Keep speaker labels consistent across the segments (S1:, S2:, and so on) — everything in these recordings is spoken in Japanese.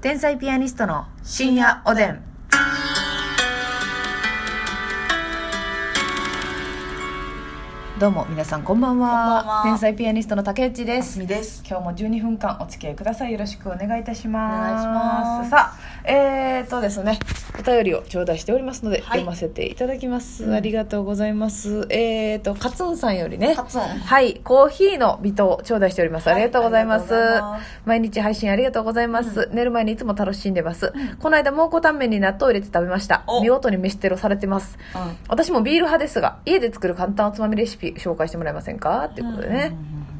S1: 天才ピアニストの深夜おでん。どうも皆さんこんばんは
S2: こんばんは
S1: 天才ピアニストの竹内です
S2: みです
S1: 今日も12分間お付き合いくださいよろしくお願いいたします
S2: お願いします
S1: さあえー、とですねお便りを頂戴しておりますので、
S2: はい
S1: 読ませていただきます、
S2: うん
S1: ありがとうございますえーとカツンさんよりね
S2: カツン
S1: はいコーヒーの微糖頂戴しております、
S2: はい
S1: ありがとうございます
S2: ありがとうございます
S1: 毎日配信ありがとうございます、寝る前にいつも楽しんでます、この間蒙古タンメンに納豆を入れて食べました
S2: お
S1: 見事に飯テロされてます
S2: うん
S1: 私もビール派ですが家で作る簡単おつまみレシピ紹介してもらえませんかっていうことでね、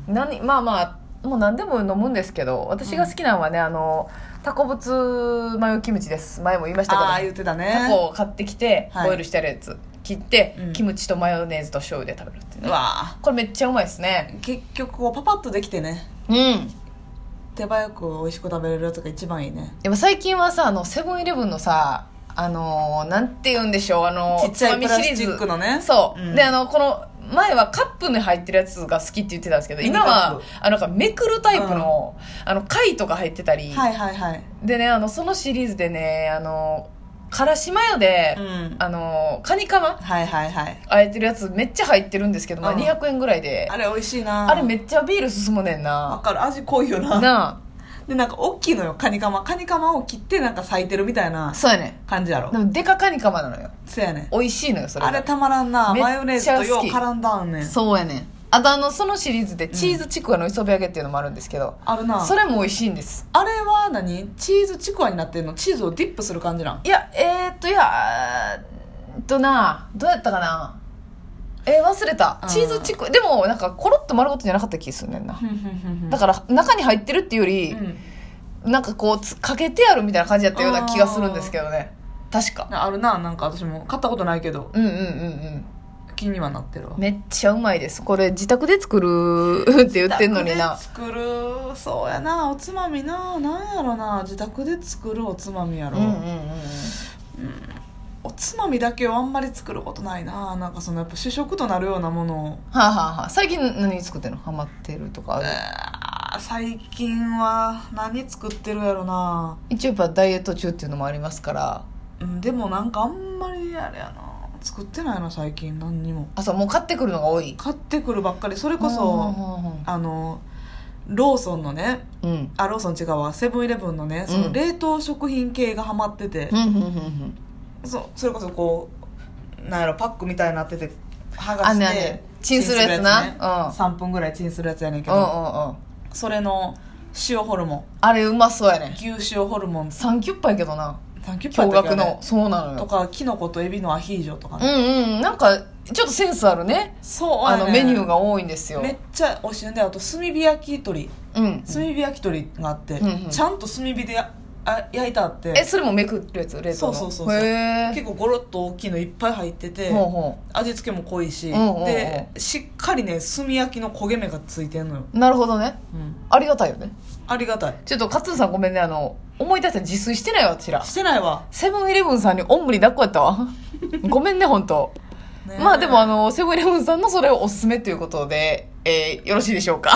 S1: 何まあまあもう何でも飲むんですけど私が好きなのはね、あのタコブツマヨキムチです前も言いましたけど
S2: ああ言ってたね
S1: タコを買ってきて
S2: はい
S1: ボイルしてあるやつ切って、
S2: うん
S1: キムチとマヨネーズと醤油で食べるっていう
S2: う
S1: ね
S2: わ
S1: これめっちゃうまいですね
S2: ー結局こうパパッとできてね
S1: うん
S2: 手早く美味しく食べれるやつが一番いいね
S1: でも最近はさあのセブンイレブンのさあのーなんて言うんでしょうあのー
S2: ちっちゃい
S1: つまみシリーズ
S2: プラスチックのね
S1: そう、
S2: うん
S1: であのこの前はカップに入ってるやつが好きって言ってたんですけど
S2: ミニ
S1: 今は
S2: カッ
S1: あのなんかめくるタイプの、あの貝とか入ってたり、
S2: はいはいはい
S1: でねあのそのシリーズでねあのからしマヨで、
S2: うん
S1: あのカニカマ
S2: はいはいはい
S1: あえてるやつめっちゃ入ってるんですけど、まあ、
S2: うん
S1: 200円ぐらいで
S2: あ
S1: あれ
S2: れ美味しいな
S1: めっちゃビール進むねん
S2: わ
S1: な
S2: かる味濃いよな
S1: な
S2: でなんか大きいのよカニカマカニカマを切ってなんか咲いてるみたいな
S1: あそうやね
S2: 感じやろ
S1: でもデカカニカマなのよ
S2: そうやね
S1: 美味しいのよそれ
S2: あ
S1: が
S2: れたまらんな
S1: めっちゃ
S2: マヨネーズとよう
S1: 好き
S2: 絡んだんねん
S1: そうやねんあとあのそのシリーズでチーズちくわの磯辺揚げっていうのもあるんですけど、
S2: あるな
S1: それも美味しいんです
S2: あれは何チーズちくわになってんのチーズをディップする感じなん
S1: いやえー、っといやえーっとなどうやったかなえー忘れた
S2: うん
S1: チーズちくわでもなんかコロッと丸ごとじゃなかった気すんねんなだ
S2: だ
S1: から中に入ってるっていうより、なんかこうつかけてあるみたいな感じやったような気がするんですけどね確か
S2: あるななんか私も買ったことないけど
S1: うんうんうんうん
S2: 気にはなってるわ
S1: めっちゃうまいですこれ自宅で作る って言ってんのにな
S2: 自宅で作るそうやなおつまみななんやろな自宅で作るおつまみや
S1: う
S2: ろ、
S1: んうんうんうん
S2: おつまみだけをあんまり作ることないななんかそのやっぱ主食となるようなものを
S1: はあ、はあはあ、最近何作ってんのハマってるとかある、
S2: あー最近は何作ってるやろな
S1: 一応やっぱダイエット中っていうのもありますから
S2: うんでもなんかあんまりあれやな作ってないな最近何にも
S1: あそうもう買ってくるのが多い
S2: 買ってくるばっかりそれこそ
S1: そ
S2: あのローソンのね
S1: うんうん
S2: あローソン違うわセブンイレブンのねそ
S1: うん
S2: の冷凍食品系がハマってて
S1: う、んうんうんうん
S2: そそれこそこうなんやろパックみたいになってて剥が
S1: あ
S2: して
S1: ねあねチンするやつな
S2: チンす
S1: う
S2: る
S1: ん
S2: やつね3分ぐらいチンするやつやねんけ
S1: うんうんう
S2: ど、
S1: ん
S2: それの塩ホルモ
S1: あれうまそうやね
S2: ン牛塩ホルモン
S1: サンキュッパやけどな
S2: 3キュッパ
S1: 驚
S2: やった
S1: 愕
S2: っけ
S1: の
S2: あれ
S1: そうなの
S2: と
S1: よ
S2: かキノコとエビのアヒージョとか
S1: う
S2: ね、
S1: んうんなんかちょっとセンスあるね
S2: そう
S1: あ
S2: やね
S1: のメニューが多いんですよ
S2: めっちゃ美味しいねであと炭火焼き鳥
S1: うん
S2: 炭火焼き鳥があって、
S1: うんうん
S2: ちゃんと炭火でやあ焼いてあって
S1: えそれもめくるやつ冷凍の
S2: そうそうそうそう
S1: へ
S2: 結
S1: え
S2: 構ゴロッと大きいのいっぱい入ってて
S1: ほうほ
S2: 味付けも濃いし、
S1: うんうんうん
S2: でしっかりね炭焼きの焦げ目がついてんのよ、
S1: うなるほどね
S2: うん、
S1: ありがたいよね
S2: ありがたい
S1: ちょっと勝さんごめんねあの思い出した自炊してないわ私ら
S2: してないわ、
S1: セブンイレブンさんにおんぶに抱っこやった わごめんね本当
S2: ね
S1: まあでもあのセブンイレブンさんのそれをおすすめということで、えーよろしいでしょう か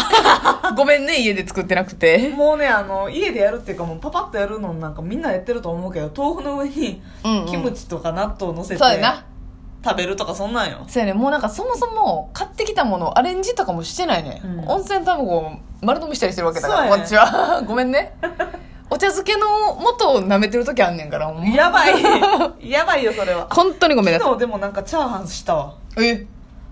S1: ごめんね家で作ってなくて
S2: もうねあの家でやるっていうかもうパパッとやるのなんかみんなやってると思うけど豆腐の上に
S1: うんうん
S2: キムチとか納豆をのせて
S1: そうやな
S2: 食べるとかそんなんよ
S1: そうやねもうなんかそもそも買ってきたものをアレンジとかもしてないね、
S2: うん
S1: 温泉卵を丸飲みしたりしてるわけだから、
S2: そうやね
S1: こっちは ごめんねお茶漬けの元を舐めてる時あんねんからほんま
S2: やば いやばいよそれは
S1: 本当にごめんなさい
S2: 昨日でもなんかチャーハンしたわ
S1: え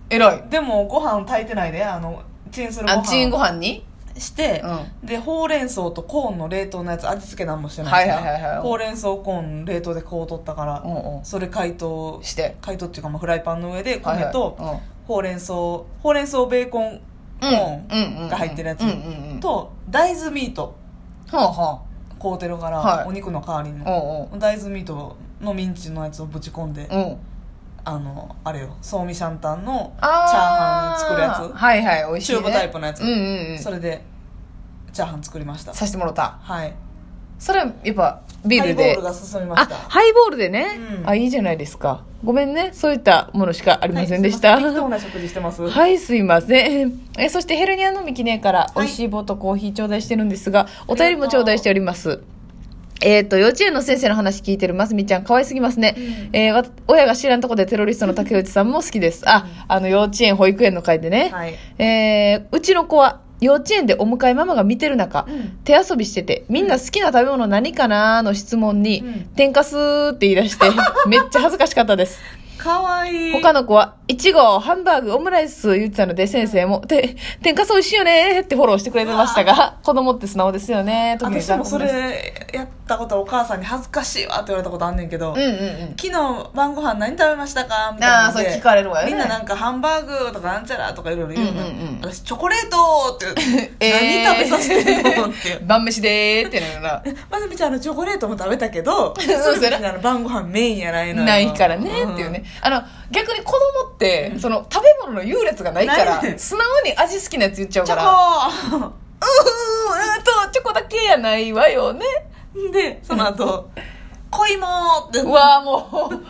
S1: 偉い
S2: でもご飯炊いてないであのチンするご
S1: あチンご
S2: 飯
S1: 飯に
S2: して、
S1: う
S2: でほうれん草とコーンの冷凍のやつ味付けなんもしてないしな
S1: はいはいはいはい
S2: ほうれん草コーン冷凍でこう取ったから、
S1: うんうん
S2: それ解凍
S1: して
S2: 解凍っていうかまあフライパンの上で米と、
S1: はいはいうん
S2: ほうれん草ほうれん草ベーコンコーンが入ってるやつ、
S1: うんうんうんうん、
S2: と大豆ミート
S1: はあは
S2: 買うてるから、
S1: はい
S2: お肉の代わりの、
S1: あ
S2: 大豆ミートのミンチのやつをぶち込んで、
S1: うんうんうん
S2: あのあれよソーミシャンタンのチャー
S1: あ
S2: ハン作るやつ
S1: はいはい美味しい、ね、
S2: 中華タイプのやつ
S1: うんうんうん
S2: それでチャーハン作りました
S1: さしてもらった
S2: はい
S1: それはやっぱビールで
S2: ハイボールが進みました
S1: あハイボールでね、
S2: うん
S1: あいいじゃないですかごめんねそういったものしかありませんでし
S2: は
S1: た、
S2: いすいません適当な食事してます
S1: はい、すいません。え、そしてヘルニアのミキネから
S2: い
S1: 美味しい棒とコーヒー頂戴してるんですが、お便りも頂戴しております。えっ、と、幼稚園の先生の話聞いてるますみちゃん、可愛すぎますね。えーわ親が知らんとこでテロリストの竹内さんも好きです。あ、あの、幼稚園、保育園の会でね。
S2: はい
S1: えーうちの子は、幼稚園でお迎えママが見てる中、
S2: うん
S1: 手遊びしてて、みんな好きな食べ物何かなの質問に、
S2: うん
S1: 天かすって言い出 して、めっちゃ恥ずかしかったです。
S2: かわいい
S1: 他の子は、いちご、ハンバーグ、オムライス言ってたので、先生も、て、天かす美味しいよねってフォローしてくれてましたが、子供って素直ですよね、特に
S2: 私もそれやったことお母さんに恥ずかしいわって言われたことあんねんけど、
S1: うんうんうん。
S2: 昨日晩ご飯何食べましたかみたいな
S1: ああ、
S2: の
S1: そ
S2: で
S1: れ聞かれるわよね。
S2: みんななんかハンバーグとかなんちゃらとかいろいろ言うの、
S1: うんうんうん、
S2: 私チョコレートって
S1: えー
S2: 何食べさせてるのって
S1: 晩飯でーってなるな。
S2: まずみちゃんあのチョコレートも食べたけど
S1: そうですよね
S2: みちゃんの晩ご飯メインやないのよ
S1: ないからねっていうね、、あの逆に子供って、その食べ物の優劣がないから
S2: ない
S1: 素直に味好きなやつ言っちゃ
S2: うん
S1: う
S2: チ
S1: か
S2: ョ
S1: らう
S2: コ
S1: ーんとチョコだけやないわよね
S2: ーでその 後恋もーって
S1: うわーもう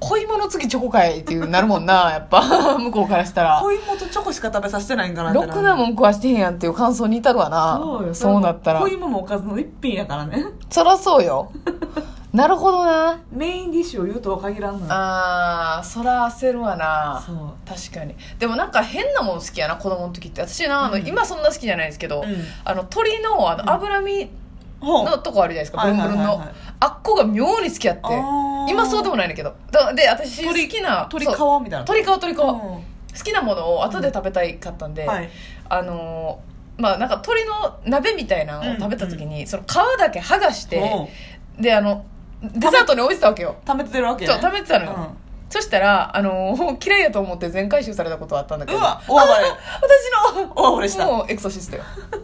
S1: 恋物次チョコかいっていうなるもんなやっぱ 向こうからしたら
S2: 恋もとチョコしか食べさせてないんかなって
S1: ろくなんもん食わしてへんやんっていう感想に至るわな
S2: そうよ
S1: そうなったら
S2: 恋ももおかずの一品やからね
S1: そらそう よなるほどな
S2: メインディッシュを言うとは限らんのよ
S1: あーそら焦るわな
S2: そ
S1: 確かにでもなんか変なもん好きやな子供の時って私なあの、
S2: うん
S1: 今そんな好きじゃないですけど、
S2: う、うん、
S1: あの鳥のあの脂身
S2: ほう
S1: のとこあるじゃないですか、
S2: うん
S1: ブルンブルン
S2: はい
S1: の
S2: はいはいはい
S1: あっこが妙に好きやって
S2: あー
S1: 今そうでもないんだけどだで私好
S2: 鳥
S1: きな
S2: 鳥皮
S1: そう
S2: みたいな
S1: 鳥皮鳥皮、
S2: うん
S1: 好きなものを後で食べたいかったんで、
S2: はい
S1: あのーまあなんか鳥の鍋みたいなのを食べた時に、その皮だけ剥がして、
S2: うん
S1: であのデザートに置いてたわけよ
S2: 溜めてるわけね
S1: そう食べてたのよ、
S2: うん
S1: そしたら、あのー嫌いやと思って全回収されたことはあったんだけ
S2: う
S1: ど
S2: わ大暴れ
S1: 私の
S2: 大暴れした
S1: もうエクソシストよ うわ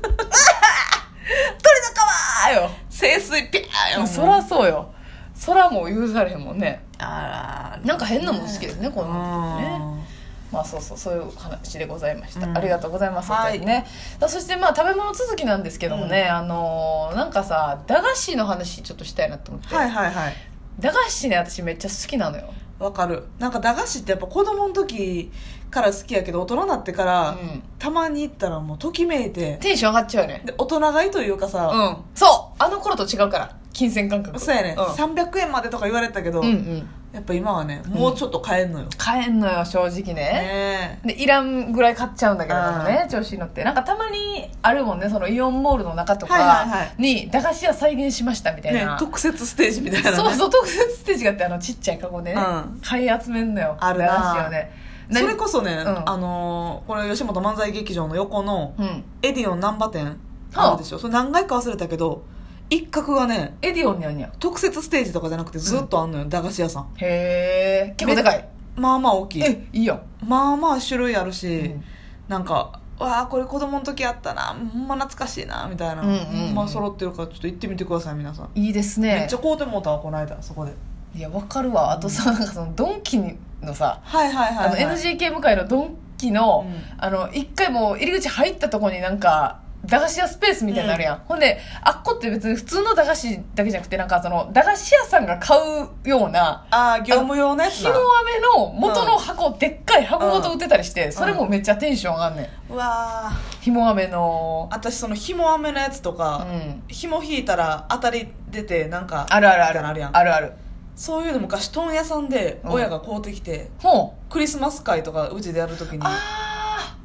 S1: 鳥の皮よ
S2: 清水ピャー
S1: ま
S2: よ
S1: あそらそうよそらもう許されへんもんね
S2: あら
S1: なんか変なもん好きですねこういうのってね
S2: ね
S1: まあそうそうそういう話でございました、
S2: うん
S1: ありがとうございます、
S2: はい
S1: お便りねさそしてまあ食べ物続きなんですけどもね、あのーなんかさ駄菓子の話ちょっとしたいなと思って、
S2: はいはいはい
S1: 駄菓子ね私めっちゃ好きなのよ、
S2: わかるなんか駄菓子ってやっぱ子供の時から好きやけど大人になってか
S1: う
S2: ら
S1: ん、
S2: たまに行ったらもうときめいて
S1: テンション上がっちゃうよね
S2: で大人買いというか
S1: う
S2: さ
S1: んそうあの頃と違うから金銭感覚
S2: そうやね
S1: うん
S2: 300円までとか言われてたけど
S1: うんうん
S2: やっぱ今はねもうちょっと買えんのよ
S1: 買えんのよ正直ね
S2: ね
S1: でいらんぐらい買っちゃうんだけどなんかね調子に乗ってなんかたまにあるもんねそのイオンモールの中と
S2: はいはいは
S1: かに駄菓子屋再現しましたみた
S2: え
S1: い
S2: ね
S1: な、
S2: 特設ステージみたいなね
S1: そうそう特設ステージがあってあのちっちゃい箱でね、
S2: うん
S1: 買い集めんのよ
S2: あるな
S1: 駄菓子をね
S2: それ
S1: 何
S2: こそね、
S1: ん
S2: あのーこれ吉本漫才劇場の横の
S1: うん
S2: エディオン難波店
S1: はあ
S2: あるでしょ、それ何回か忘れたけど一角がね
S1: エディオンにゃんにゃん
S2: 特設ステージとかじゃなくてずっとあんのよ、駄菓子屋さん
S1: へえ結構でかい
S2: まあまあ大きい
S1: えいいよ、
S2: まあまあ種類あるし、
S1: うん
S2: なんかわあこれ子供の時あったなほんま懐かしいなみたいな、
S1: うんうんうん
S2: ほんま揃ってるからちょっと行ってみてください皆さん、
S1: いいです
S2: め
S1: ね
S2: っちゃ買うてもうたわこの間そこで
S1: いやわかるわあとさなんかそのドンキのさ、
S2: はいはいはい、はい、
S1: あの NGK 向かいのドンキの、
S2: う
S1: あの一回もう入り口入ったとこになんか駄菓子屋スペースみたいなのあるやん、ほんであっこって別に普通の駄菓子だけじゃなくてなんかその駄菓子屋さんが買うような
S2: ああ業務用のやつ
S1: ひも
S2: な
S1: 飴の元の箱、でっかい箱ごと売ってたりして、それもめっちゃテンション上がんねん
S2: うわあ
S1: ひも飴の
S2: 私その紐飴のやつと
S1: う
S2: か、
S1: ん
S2: 紐引いたら当たり出てなんか
S1: あるあるあ
S2: みた
S1: る
S2: いなのあるやん
S1: あるある
S2: そういうの昔問屋さんで親が買うてきて、
S1: ほう
S2: クリスマス会とかうちでやるときに
S1: あ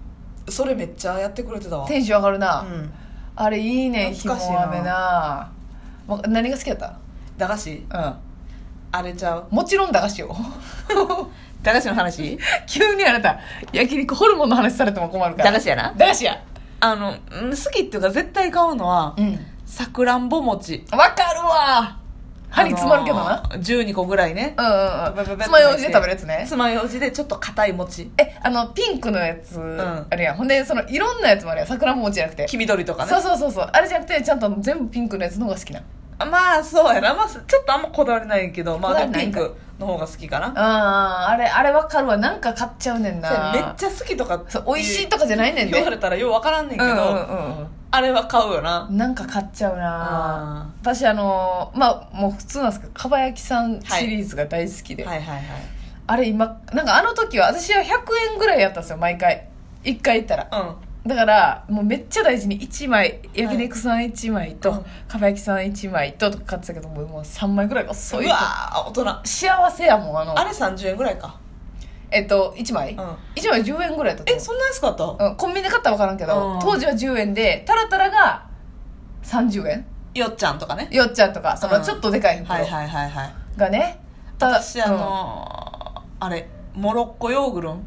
S2: それめっちゃやってくれてたわ
S1: ーテンション上がるな、
S2: うん
S1: あれいいねんひも
S2: 懐かしいな
S1: 飴なわ何が好きだっ
S2: 駄菓子
S1: たうん
S2: あれちゃう
S1: もちろん駄菓子よ
S2: 駄菓子の話
S1: 急にあなた焼肉ホルモンの話されても困るから
S2: 駄菓子やな
S1: 駄菓子や
S2: あのうん好きっていうか絶対買うのは
S1: うん
S2: さくらんぼ餅
S1: わかるわ歯に詰まるけどな、
S2: あのー12個ぐらいね
S1: うんうんうんつまようじで食べるやつね
S2: 爪楊枝でちょっと硬い餅
S1: えあのピンクのやつあ
S2: ん
S1: るやん、ほんでそのいろんなやつもあるやん桜餅じゃなくて、
S2: 黄緑とか
S1: そう
S2: ね
S1: そうそうそうあれじゃなくてちゃんと全部ピンクのやつの方が好きな
S2: まあそうやな、まあ、ちょっとあんまこだわりないけどま
S1: こだ
S2: あ
S1: わ
S2: で
S1: り
S2: も
S1: ない
S2: ピン
S1: か
S2: クの方が好きかな
S1: あああれあれわかるわなんか買っちゃうねん
S2: そうや
S1: な
S2: ねめっちゃ好きとか
S1: そう美味しいとかじゃないねんね
S2: 言われたらよう分からんねんけ
S1: うん
S2: ど、
S1: うんうん
S2: あれは買うよな
S1: うんなんか買っちゃうな
S2: あ
S1: 私あのーまあもう普通なんですけどかば焼きさんシリーズが大好き
S2: ー
S1: で、
S2: はいはいはい
S1: あれ今なんかあの時は私は100円ぐらいやったんですよ毎回1回行ったら
S2: うん
S1: だからもうめっちゃ大事に1枚焼肉さん1枚と、
S2: うん
S1: かば焼きさん1枚ととか買ってたけどもうもう3枚ぐらいがそう
S2: う
S1: いう
S2: わー大人
S1: 幸せやもんあの
S2: あれ30円ぐらいか
S1: えっと1枚、
S2: うん
S1: 一1枚10円ぐらいだったと
S2: え
S1: 思う
S2: そんな安かった
S1: うん、コンビニで買ったら分からんけど、
S2: うん
S1: 当時は10円でタラタラが30円
S2: よっちゃんとかね
S1: よっちゃんとかその
S2: うん
S1: ちょっとでかい袋
S2: はいはいはいはい
S1: がね、ただ
S2: 私あのーあれモロッコヨーグルン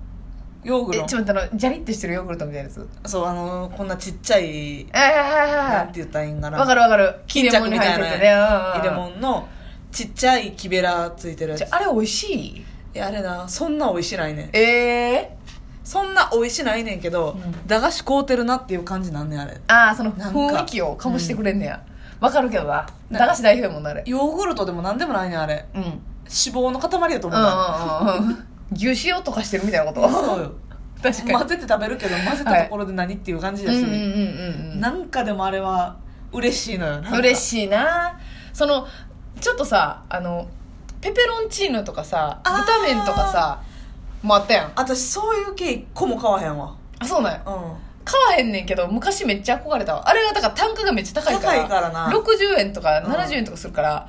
S2: ヨー
S1: う
S2: グ
S1: ん、
S2: ル
S1: え
S2: ン
S1: ちょっと待ってあのジャリってしてるヨーグルトみたいなやつ
S2: そうあのーこんなちっちゃい
S1: えはいはい
S2: な
S1: は
S2: んて言ったらいいんか
S1: い
S2: な
S1: わかるわかる
S2: 巾着みたいな
S1: 入れ物に
S2: 入れ
S1: 入っててねうんうんうん
S2: 物のちっちゃい木べらついてるやつ
S1: ちょあれ美味しい
S2: いやあれなそんな美味しないねん
S1: ええ
S2: そんな美味しないねんけど、
S1: うん
S2: 駄菓子買うてるなっていう感じなんねんあれ
S1: ああその
S2: なんか
S1: 雰囲気を醸してくれんねやわ、かるけどな
S2: な
S1: 駄菓子代表やもんなあれ
S2: ヨーグルトでもなんでもないねんあれ
S1: うんうん
S2: 脂肪の塊やと思うねんあ
S1: うん うんうん牛脂を溶かしてるみたいなこ
S2: れ
S1: と
S2: そうよ
S1: 確かに
S2: 混ぜて食べるけど混ぜたところで何っていう感じだし、
S1: うんうんうんうん
S2: なんかでもあれは嬉しいのよなんか
S1: 嬉しいなそのちょっとさあのペペロンチーノとかさ
S2: あ
S1: 豚
S2: ー
S1: 麺とかさもあったやん
S2: 私そういう系一個も買わへんわ
S1: あそうなんや
S2: うん
S1: 買わへんねんけど昔めっちゃ憧れたわあれがだから単価がめっちゃ高いから
S2: 高いからな
S1: 60円とか
S2: うん
S1: 70円とかするから、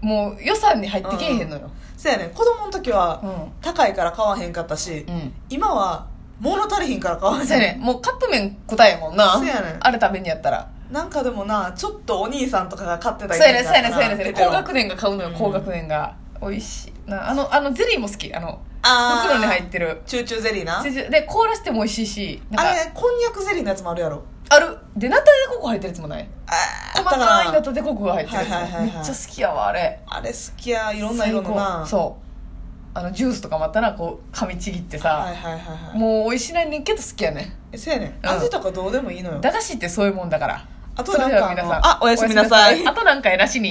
S1: もう予算に入ってけえへんのよ
S2: そやねん子供の時は
S1: う
S2: 高いから買わへんかったし、
S1: んうん
S2: 今は物足りひんから買わへ ん
S1: そうやねんもうカップ麺答えやもんな
S2: そうやねん
S1: あれ食べにやったら
S2: なんかでもなちょっとお兄さんとかが買ってた
S1: そう
S2: イ
S1: や
S2: メー
S1: ねんそ
S2: ジだ
S1: う
S2: か
S1: や
S2: ら
S1: ねんそうやねんそうやねん
S2: ペペ
S1: 高
S2: ロン
S1: 学年が買うのよ
S2: うん
S1: 高学年が美味しいなあのあのゼリーも好きあの
S2: あー
S1: 袋に入ってる
S2: チューチューゼリーな
S1: 先生で凍らせても美味しいしなんか
S2: あれこんにゃくゼリーのやつもあるやろ
S1: あるでナタデココ入ってるやつもない
S2: あ
S1: 細
S2: ー
S1: かいナ
S2: あったかな
S1: タデココが入ってるやつ、
S2: はいはいはいはい
S1: めっちゃ好きやわあれ
S2: あれ好きやいろんな色のな
S1: 最高そうあのジュースとかもあったらこう噛みちぎってさ、
S2: はいはいはいはい
S1: もう美味しないねんけど好きやね
S2: えそうやねん
S1: ん
S2: 味とかどうでもいいのよ
S1: ん駄菓子ってそういうもんだから
S2: あと
S1: それでは
S2: なん
S1: 皆
S2: か
S1: さ
S2: あ
S1: ん
S2: のあおやすみなさい
S1: おやすみなさあと何回なしに